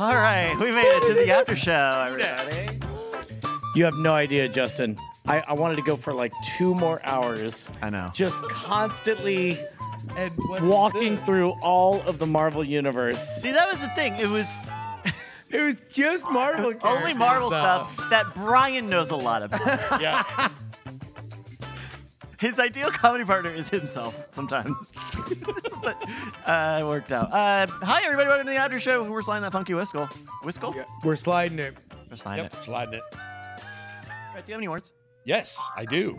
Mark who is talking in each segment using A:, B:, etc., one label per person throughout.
A: All right, we made it to the after show, everybody.
B: You have no idea, Justin. I, I wanted to go for like two more hours,
A: I know.
B: just constantly
C: And what
B: walking through all of the Marvel universe.
A: See, that was the thing. It was
D: It was just Marvel.
A: only Marvel
C: though.
A: stuff that Brian knows a lot about.
B: Yeah.
A: His ideal comedy partner is himself sometimes. but uh, it worked out. Uh, hi, everybody. Welcome to the after show. We're sliding that funky whistle. Whistle?
D: Yeah, We're sliding it.
A: We're sliding
C: Yep,
A: it.
C: sliding it.
A: All right, do you have any words?
C: Yes, I do.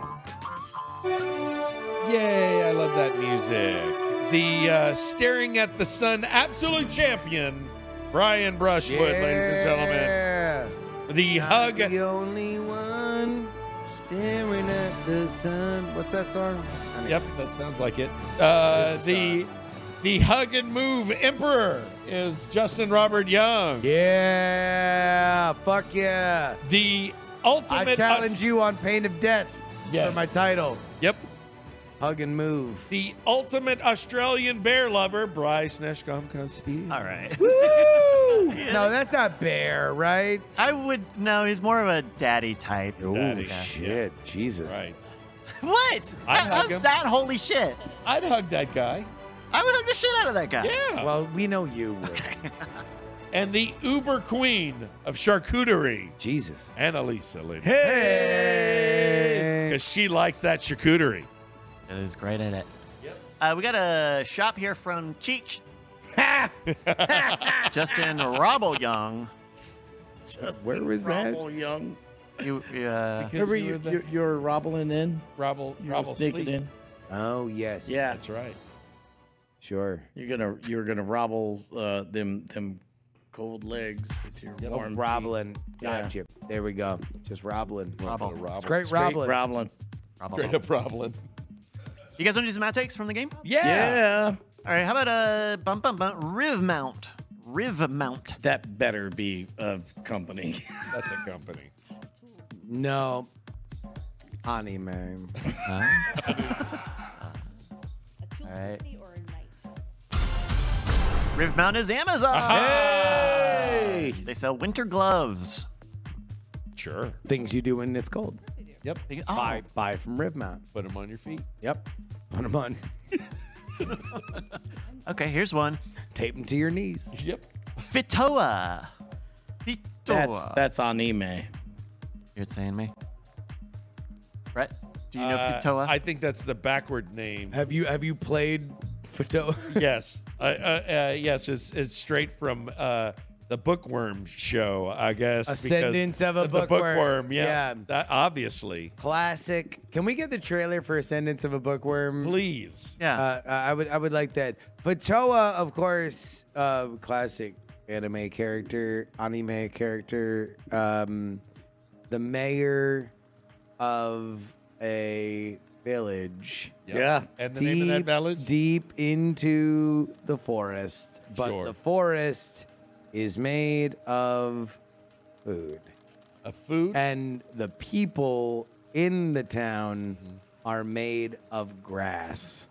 C: Yay, I love that music. The uh, Staring at the Sun absolute champion, Brian Brushwood, ladies and gentlemen. The
D: Yeah.
C: hug.
D: The only one staring at the sun. What's that song? I mean,
C: Yep, that sounds like it. Uh, the the hug and move emperor is Justin Robert Young.
D: Yeah. Fuck yeah.
C: The
D: I
C: ultimate
D: challenge you on pain of death
C: uh, Yes.
D: for my title.
C: Yep.
D: Hug and move.
C: The ultimate Australian bear lover, Bryce Neshkomka Steve.
A: All right.
D: No, that's not bear, right?
A: I would. No, he's more of a daddy type.
C: Daddy.
A: Okay.
C: shit,
D: Jesus.
C: Right.
A: What?
C: I'd
A: That-
C: hug
A: that-
C: him.
A: that holy shit.
C: I'd hug that guy.
A: I would hug the shit out of that guy.
C: Yeah.
D: Well, we know you. would.
C: and the uber queen of charcuterie,
D: Jesus.
C: Annalisa Lee.
D: Hey.
C: Because she likes that charcuterie.
A: It is great at it. Yep. Uh, we got a shop here from Cheech. Justin Robble Young.
D: Where was that?
B: Robble Young.
A: You, you, uh,
B: Remember you,
C: were the-
B: you, you were robbling in?
C: Robble,
B: You were
C: Robble
B: sneaking
C: Sleek.
B: in?
D: Oh yes.
B: Yeah.
C: That's right.
D: Sure.
B: You're gonna you're gonna robble uh, them them cold legs with your
D: Oh,
B: warm
D: Roblin.
B: Yeah.
D: Gotcha. There we go. Just Roblin.
A: Robble.
D: It's great
B: Teeth. Straight
D: Roblin.
B: Roblin.
C: Great up Roblin.
A: you guys want to do some outtakes from the game?
C: Yeah.
B: Yeah.
A: All right, how about uh, a bump, bump, bump, Riv Mount? Riv Mount.
B: That better be of company.
C: That's a company.
D: no. Honey, man.
E: A tulip
D: All right.
E: company or a knight?
A: Riv Mount is Amazon.
C: Hey.
A: They sell winter gloves.
C: Sure.
D: Things you do when it's cold.
C: Yep.
A: They- Oh,
D: Buy, buy from Rivmount.
C: Put them on your feet.
D: Yep. Put 'em on.
A: Oh, okay, here's one.
D: Tape them to your knees.
C: Yep.
A: Fitoa. Fitoa.
B: That's
A: uh,
B: that's E anime.
A: You're saying me? Brett, do you know
C: Uh,
A: Fitoa?
C: I think that's the backward name.
D: Have you have you played Fito?
C: yes. Uh, uh, uh, yes. It's, it's straight from uh, the bookworm show, I guess. because-
D: Ascendance of a
C: the
D: Bookworm.
C: bookworm. Yeah.
D: Yeah.
C: That, obviously.
D: Classic. Can we get the trailer for Ascendance of a Bookworm?
C: Please.
A: yeah.
D: Uh, I would I would like that. Fatoa, of course, uh, classic anime character, anime character, um, the mayor of a village.
C: Yep.
B: Yeah.
C: And the name of that village?
D: Deep into the forest, but
C: Sure.
D: the forest is made of food,
C: a food.
D: and the people in the town
C: Mm-hmm.
D: are made of grass,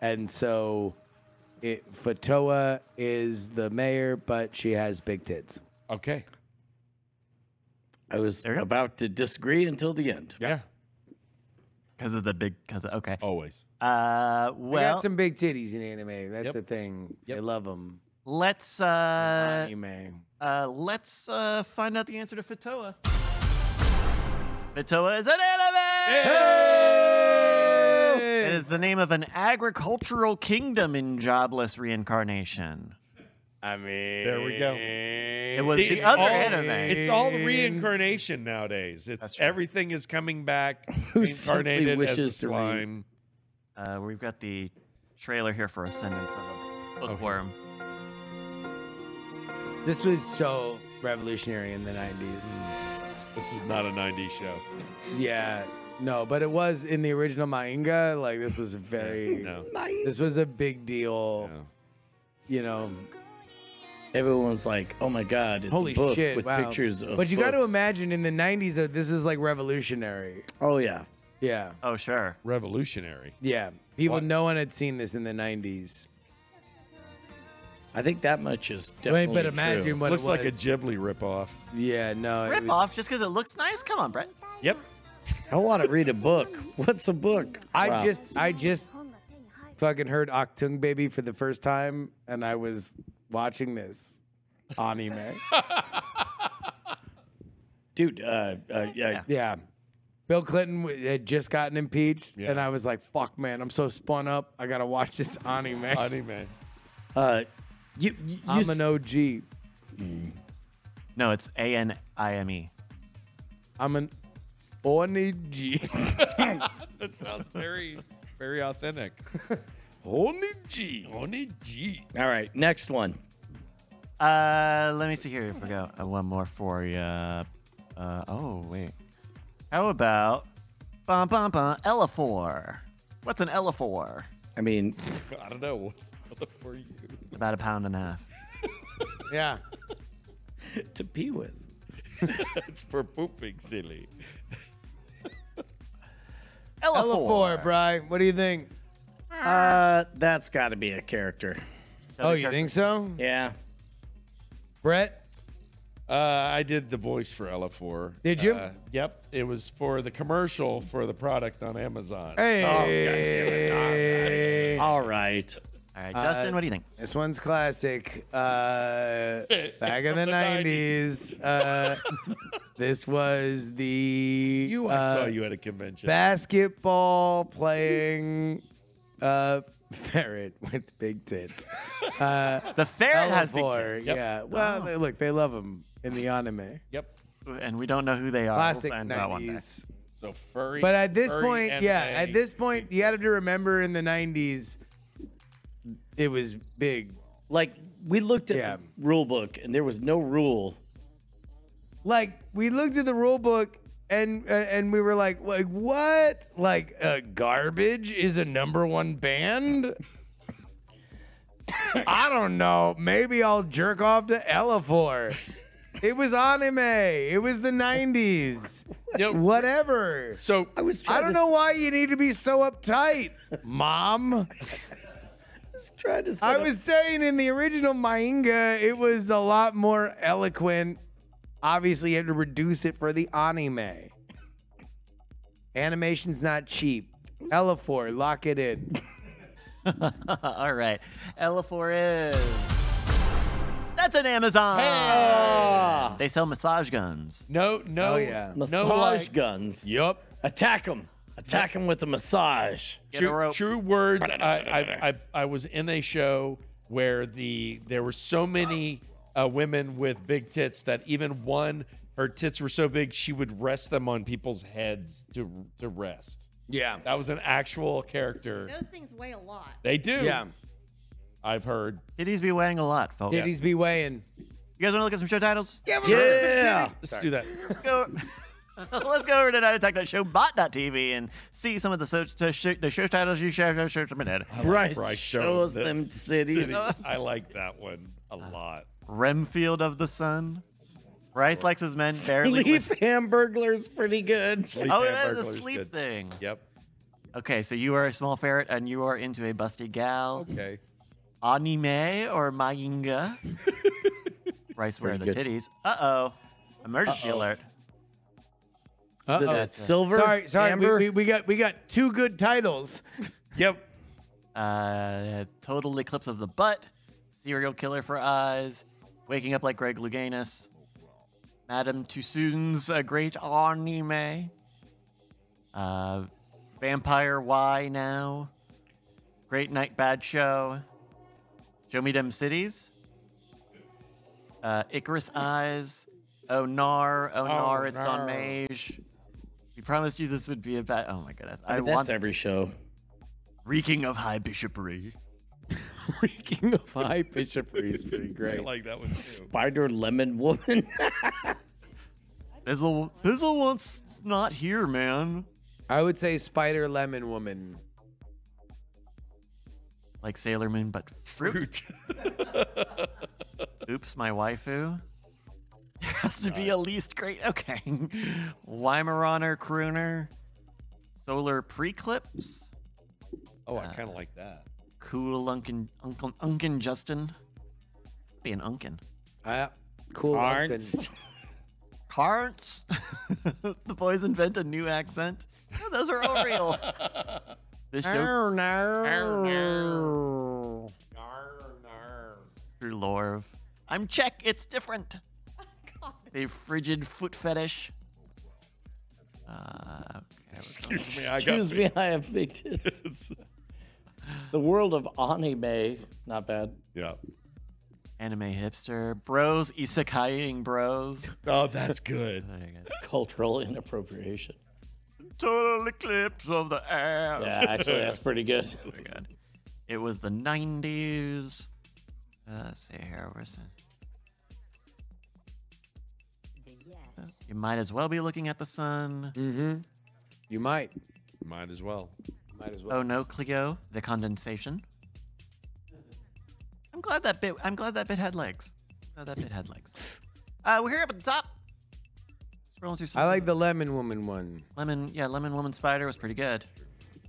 D: and so. It, Fatoa is the mayor, but she has big tits.
C: okay.
B: I was
A: you go.
B: about to disagree until the end.
C: Yeah.
A: Because of the big, because of, okay.
C: Always.
A: Uh,
D: They
A: well,
D: got some big titties in anime. That's
C: Yep.
D: the thing. They love them.
A: let's uh,
D: anime.
A: uh, let's uh, find out the answer to Fatoa. Fatoa is an anime. It is the name of an agricultural kingdom in Jobless Reincarnation.
D: I mean,
C: There we go.
A: It was
C: See,
A: the
C: it's
A: other
C: all-
A: anime.
C: It's all reincarnation nowadays. It's everything is coming back
B: Who simply
C: reincarnated as a
B: wishes to read?
C: slime.
A: Uh, we've got the trailer here for Ascendance of a Bookworm.
D: This was so revolutionary in the 90s.
C: Mm. This is not a '90s show.
D: Yeah. No, but it was in the original manga. Like, this was a very,
C: No.
D: this was a big deal.
C: No.
D: You know,
B: Everyone's like, "Oh my god, it's
D: holy
B: a book
D: shit.
B: with
D: wow.
B: pictures of
D: But you got to
B: books.
D: imagine in the 90s, that this is like revolutionary.
B: Oh yeah.
D: Yeah.
A: Oh, sure.
C: Revolutionary.
D: Yeah. People,
C: What?
D: no one had seen this in the 90s.
B: I think that much is definitely
F: Wait, but imagine
B: true.
F: what
C: Looks
F: it
C: like a
F: was.
C: Ghibli ripoff.
D: Yeah, no. it
A: Rip
D: was-
A: off just because it looks nice. Come on, Brett.
C: Yep.
B: I want to read a book. What's a book?
D: I
B: Wow.
D: just, I just fucking heard Octung Baby for the first time, and I was watching this anime.
B: dude. Uh, uh, yeah,
D: yeah. Bill Clinton w- had just gotten impeached,
C: Yeah.
D: and I was like, fuck, man, I'm so spun up. I got to watch this anime.
C: Anime.
B: Uh, you, you, you
D: I'm
B: s-
D: an OG.
A: No, it's A N I M E.
D: I'm an Oniji.
C: That sounds very, very authentic. Oniji. Oniji.
B: All right, next one.
A: Uh, let me see here. I forgot uh, one more for you. Uh, oh wait. How about bum bum bum Elafor? What's an Elafor?
B: I mean,
C: I don't know. What's up for you?
A: About a pound and a half.
D: yeah.
B: to pee with.
C: It's for pooping, silly.
D: Elafor, Bri. What do you think?
B: Uh, that's got to be a character.
A: Another
D: oh, you
A: character.
D: think so?
B: Yeah.
D: Brett?
C: Uh, I did the voice for Ella Four.
D: Did you?
C: Uh, yep. It was for the commercial for the product on Amazon.
D: Oh, Hey.
B: All right.
A: All right, Justin,
D: Uh,
A: what do you think?
D: This one's classic. Uh, back in
C: From
D: the
C: the
D: nineties, uh, this was the
C: You, I
D: uh,
C: saw you at a convention.
D: basketball playing uh, ferret with big tits. Uh,
A: The ferret has big
D: Elevore,
A: tits.
D: Yeah. Well, they, look, they love them in the anime.
C: yep.
A: and we don't know who they are.
D: Classic
A: we'll find out one day.
D: nineties.
C: So furry.
D: But at this
C: furry
D: point,
C: anime.
D: yeah, at this point, you had to remember in the '90s, it was big.
B: Like we looked at
D: Yeah.
B: the rule book, and there was no rule.
D: Like we looked at the rule book and uh, and we were like, like what? Like uh, garbage is a number one band? I don't know. Maybe I'll jerk off to Elafor. It was anime. It was the '90s.
C: Yep.
D: Whatever.
C: So
B: I was. Trying
D: I don't
B: to,
D: know why you need to be so uptight, mom.
B: Trying to. Set
D: I
B: up-
D: was saying in the original Mainga, it was a lot more eloquent. Obviously, you had to reduce it for the anime. Animation's not cheap. Elafor, lock it in.
A: All right, Elafor is. That's an Amazon. They sell massage guns.
C: no, no,
D: Oh, yeah.
B: massage
C: no, like,
B: guns.
D: Yup.
B: Attack them. Attack them with a massage.
A: Get a
C: true,
A: rope.
C: true words. I, I, I, I was in a show where the there were so many uh, women with big tits that even one her tits were so big she would rest them on people's heads to to rest.
D: Yeah.
C: That was an actual character.
E: Those things weigh a lot.
C: They do.
D: Yeah.
C: I've heard.
A: Titties be weighing a lot, folks.
D: Diddy's be weighing.
A: You guys want to look at some show titles?
B: Yeah.
C: Let's do that.
A: go. Let's go over to nightattack.showbot.tv and see some of the so, to sh- the show titles you share. share, share, share,
B: Bryce,
C: Bryce
B: shows
C: shows the-
B: them cities.
C: I like that one a lot.
A: Remfield of the Sun. Rice likes his men barely.
B: Leaf
A: lift-
B: Hamburglar's pretty good.
A: Oh,
C: Sleep
A: that is a
C: Hamburglar's
A: sleep
C: good.
A: thing.
C: Yep.
A: Okay, so you are a small ferret and you are into a busty gal.
C: Okay.
A: Anime or Mainga. Rice wear the
B: Pretty good.
A: titties. Uh oh. Emergency alert.
B: Is it a silver?
D: Sorry, sorry. We,
B: amber?
D: we, we got we got two good titles.
C: Yep.
A: uh, total eclipse of the butt, serial killer for eyes, waking up like Greg Louganis, Madame Tussauds, a great anime, uh, Vampire Why now, Great Night Bad Show, Show Me Dem Cities, uh, Icarus Eyes, Oh Nar, Oh Nar, It's Don
C: Nar.
A: Mage. We promised you this would be a bad. Oh my goodness! I,
B: I mean,
A: want
B: that's every show.
A: reeking of high bishopry.
D: Freaking of High Bishopry is pretty
C: I
D: great.
C: like that one too.
B: Spider Lemon Woman.
A: Bizzle, Bizzle wants not here, man.
D: I would say Spider Lemon Woman.
A: Like Sailor Moon, but fruit. Oops, my waifu. There has to be a least great. Okay. Weimaraner crooner. Solar preclips.
C: Oh, I kind of like that.
A: Cool Unkin Uncle Unkin Justin. be an unkin.
D: Uh, cool. Unkin.
B: Arts.
A: Carts. the boys invent a new accent. Oh, those are all real. this joke through lore of, I'm Czech. It's different.
E: God.
A: A frigid foot fetish. Uh,
C: Excuse me, I got
B: Excuse me, I have big tits. the world of anime, not bad.
C: Yeah.
A: anime hipster. Bros. Isekaiing bros.
C: Oh, that's good.
A: There you go.
B: Cultural inappropriation.
A: Total eclipse of the air.
B: Yeah, actually, that's pretty good.
A: my god. It was the 90s. Uh, let's see here. Where's the...
E: Yes.
A: You might as well be looking at the sun.
D: Mm-hmm. You might.
C: Might as well.
D: Might as well.
A: Oh no, Cleo, the condensation. I'm glad that bit. I'm glad that bit had legs. No, that bit had legs. Uh, we're here up at the top. Scrolling through some.
D: I like the lemon woman one.
A: lemon. Yeah, lemon woman spider was pretty good.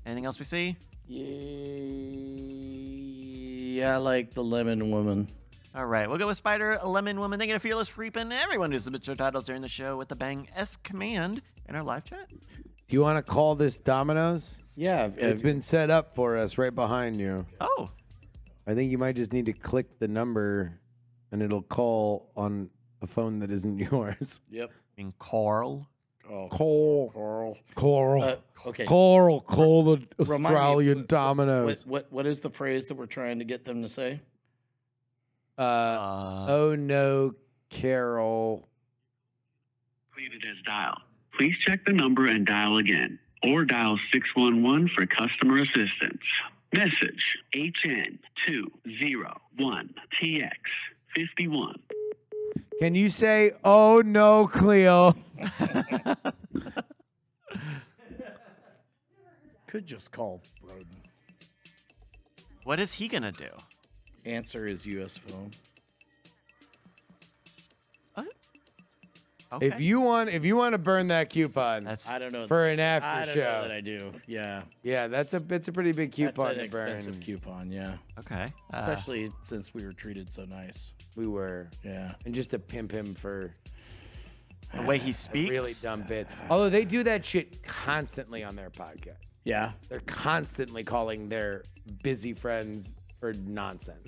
A: Anything else we see?
B: Yeah, I like the lemon woman.
A: All right, we'll go with Spider, a Lemon Woman, thinking of Fearless Freepin, everyone who submits their titles during the show with the bang S command in our live chat.
D: Do you want to call this Domino's?
B: Yeah,
D: It's been set up for us right behind you.
A: Oh,
D: I think you might just need to click the number and it'll call on a phone that isn't yours.
B: Yep.
A: I mean, Carl.
B: Oh,
D: Call.
B: Carl.
D: Coral.
B: Uh, okay.
D: Coral, call the
B: Remind me,
D: Australian
B: what- What,
D: Dominoes.
B: what what is the phrase that we're trying to get them to say?
D: Uh,
A: Uh,
D: oh no, Carol.
F: completed as dial. Please check the number and dial again, or dial 611 for customer assistance. Message HN201TX51.
D: Can you say, oh no, Cleo?
B: Could just call Broden.
A: what is he gonna do?
B: Answer is U.S. phone.
A: Okay.
D: If you want, if you want to burn that coupon
A: That's
B: I don't know.
D: for an after
B: I don't
D: show,
B: know that I do. Yeah,
D: yeah, that's a it's a pretty big
B: that's
D: coupon
B: an
D: to burn. Ah.
B: expensive coupon. Yeah,
A: okay. Uh,
B: especially since we were treated so nice.
D: we were,
B: Yeah.
D: and just to pimp him for
A: the way he
D: a
A: speaks.
D: really dumb bit.
A: Ah.
D: Although they do that shit constantly on their podcast,
B: Yeah.
D: they're constantly calling their busy friends for nonsense.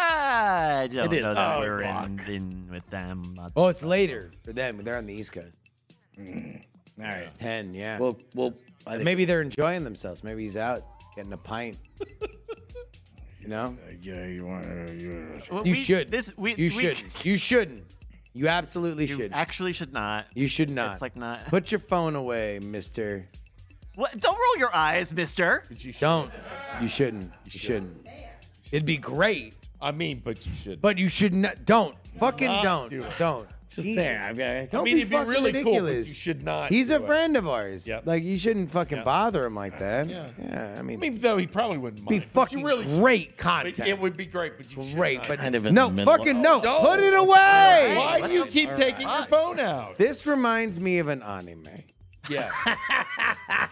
A: Ah, I don't
B: It is.
A: know that
B: Oh,
A: we're in,
B: fuck.
A: in with them. but-
D: Oh, it's later for them. They're on the East Coast.
B: All right.
D: Ten, yeah.
B: Well, well, I think,
D: maybe they're enjoying themselves. Maybe he's out getting a pint. you know,
B: yeah, you want. Uh, you,
A: Well,
D: you
A: we-
D: should.
A: This we
D: you
A: we-
D: shouldn't. You shouldn't. You absolutely
A: You
D: should.
A: actually should not.
D: You should not.
A: It's like not.
D: Put your phone away, Mister.
A: What? Don't roll your eyes, Mister.
D: Don't. You shouldn't. You shouldn't. It'd be great,
C: I mean, but you should.
D: but you should not. Don't. Fucking
C: Not
D: don't.
C: do it.
D: Don't.
B: just saying. I've got.
D: Don't
C: I mean,
D: be
C: it'd be
D: fucking
C: really cool, but you
D: ridiculous.
C: should not.
D: He's
C: do
D: a
C: it.
D: friend of ours.
C: Yep.
D: Like you shouldn't fucking bother him like that.
C: Yeah.
D: Yeah. I mean,
C: I mean, though he probably wouldn't
D: be
C: mind. but
D: fucking
C: you really should.
D: great
C: But
D: content.
C: It would be great, but you should
D: great,
C: not.
D: but
B: Kind of in
D: no,
B: the middle.
D: fucking no.
C: Oh,
D: Put it
C: no.
D: away.
C: Why do you keep taking your phone out?
D: This reminds me of an anime.
C: Yeah.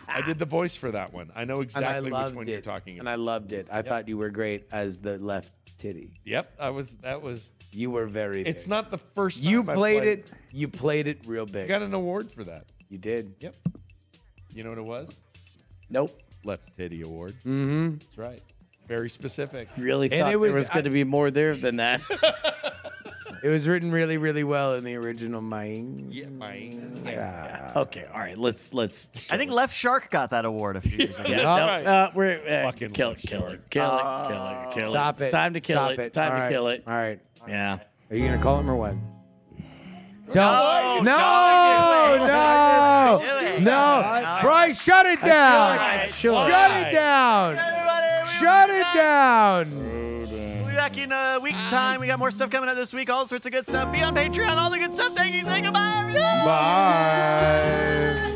C: I did the voice for that one. I know
D: And I
C: exactly
D: loved
C: which one
D: it.
C: you're talking
D: And
C: about.
D: I loved it. I thought you were great as the left titty.
C: yep, I was. That was.
D: You were very big.
C: It's not the first.
D: You
C: time I
D: played it. You played it real big.
C: I got an award for that.
D: you did.
C: Yep. You know what it was?
B: Nope.
C: Left titty award.
D: Mm-hmm.
C: That's right. Very specific.
B: Really
D: And
B: thought
D: it was-
B: there was going
D: I-
B: to be more there than that.
D: It was written really, really well in the original Mine.
C: Yeah, my.
B: okay. All right. Let's let's.
A: I think Left Shark got that award a few years ago.
B: Yeah,
D: All
B: no,
C: right.
B: uh, we're uh,
C: Fucking
B: kill, it,
C: loser.
B: kill it, kill it, kill it, kill it.
D: Ah. Stop it.
B: It's time to kill
D: Stop
B: it. Time
D: All
B: to
D: right.
B: kill it.
D: All right.
B: Yeah.
D: Are you gonna call him or what? Don't.
A: No,
D: No.
A: don't do it.
D: No. No.
A: Don't do it.
D: no. Bryce, shut it down.
A: like-
D: Shut
C: Why?
D: it down.
A: Everybody, we
D: Shut
A: will be
D: it
A: back.
D: down.
A: We'll be back in a week's time. We got more stuff coming up this week. All sorts of good stuff. Be on Patreon. All the good stuff. Thank you. Say goodbye. everybody.
D: Bye.